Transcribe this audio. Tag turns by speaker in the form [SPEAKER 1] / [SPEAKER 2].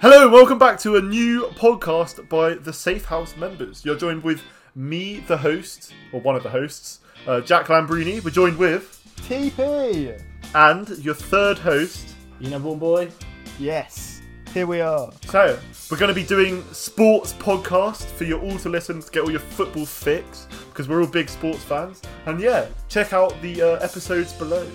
[SPEAKER 1] Hello, welcome back to a new podcast by the Safe House members. You're joined with me, the host, or one of the hosts, uh, Jack Lambrini. We're joined with,
[SPEAKER 2] TP!
[SPEAKER 1] and your third host.
[SPEAKER 3] You know, one boy.
[SPEAKER 2] Yes, here we are.
[SPEAKER 1] So, we're going to be doing sports podcast for you all to listen to get all your football fix because we're all big sports fans. And yeah, check out the uh, episodes below.